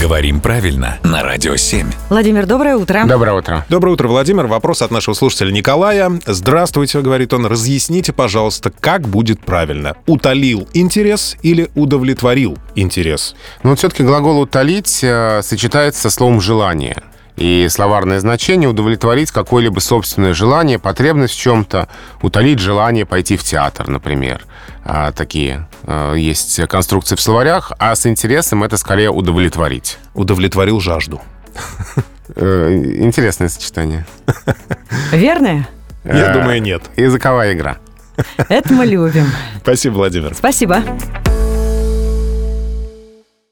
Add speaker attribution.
Speaker 1: Говорим правильно на Радио 7.
Speaker 2: Владимир, доброе утро.
Speaker 3: Доброе утро.
Speaker 4: Доброе утро, Владимир. Вопрос от нашего слушателя Николая. Здравствуйте, говорит он. Разъясните, пожалуйста, как будет правильно. Утолил интерес или удовлетворил интерес?
Speaker 3: Но Ну, вот все-таки глагол «утолить» э, сочетается со словом «желание». И словарное значение удовлетворить какое-либо собственное желание, потребность в чем-то, утолить желание пойти в театр, например. А, такие э, есть конструкции в словарях, а с интересом это скорее удовлетворить.
Speaker 4: Удовлетворил жажду.
Speaker 3: Э, интересное сочетание.
Speaker 2: Верное?
Speaker 4: Я
Speaker 3: Э.
Speaker 4: думаю, нет.
Speaker 3: Языковая игра.
Speaker 2: Это мы любим.
Speaker 4: Спасибо, Владимир.
Speaker 2: Спасибо.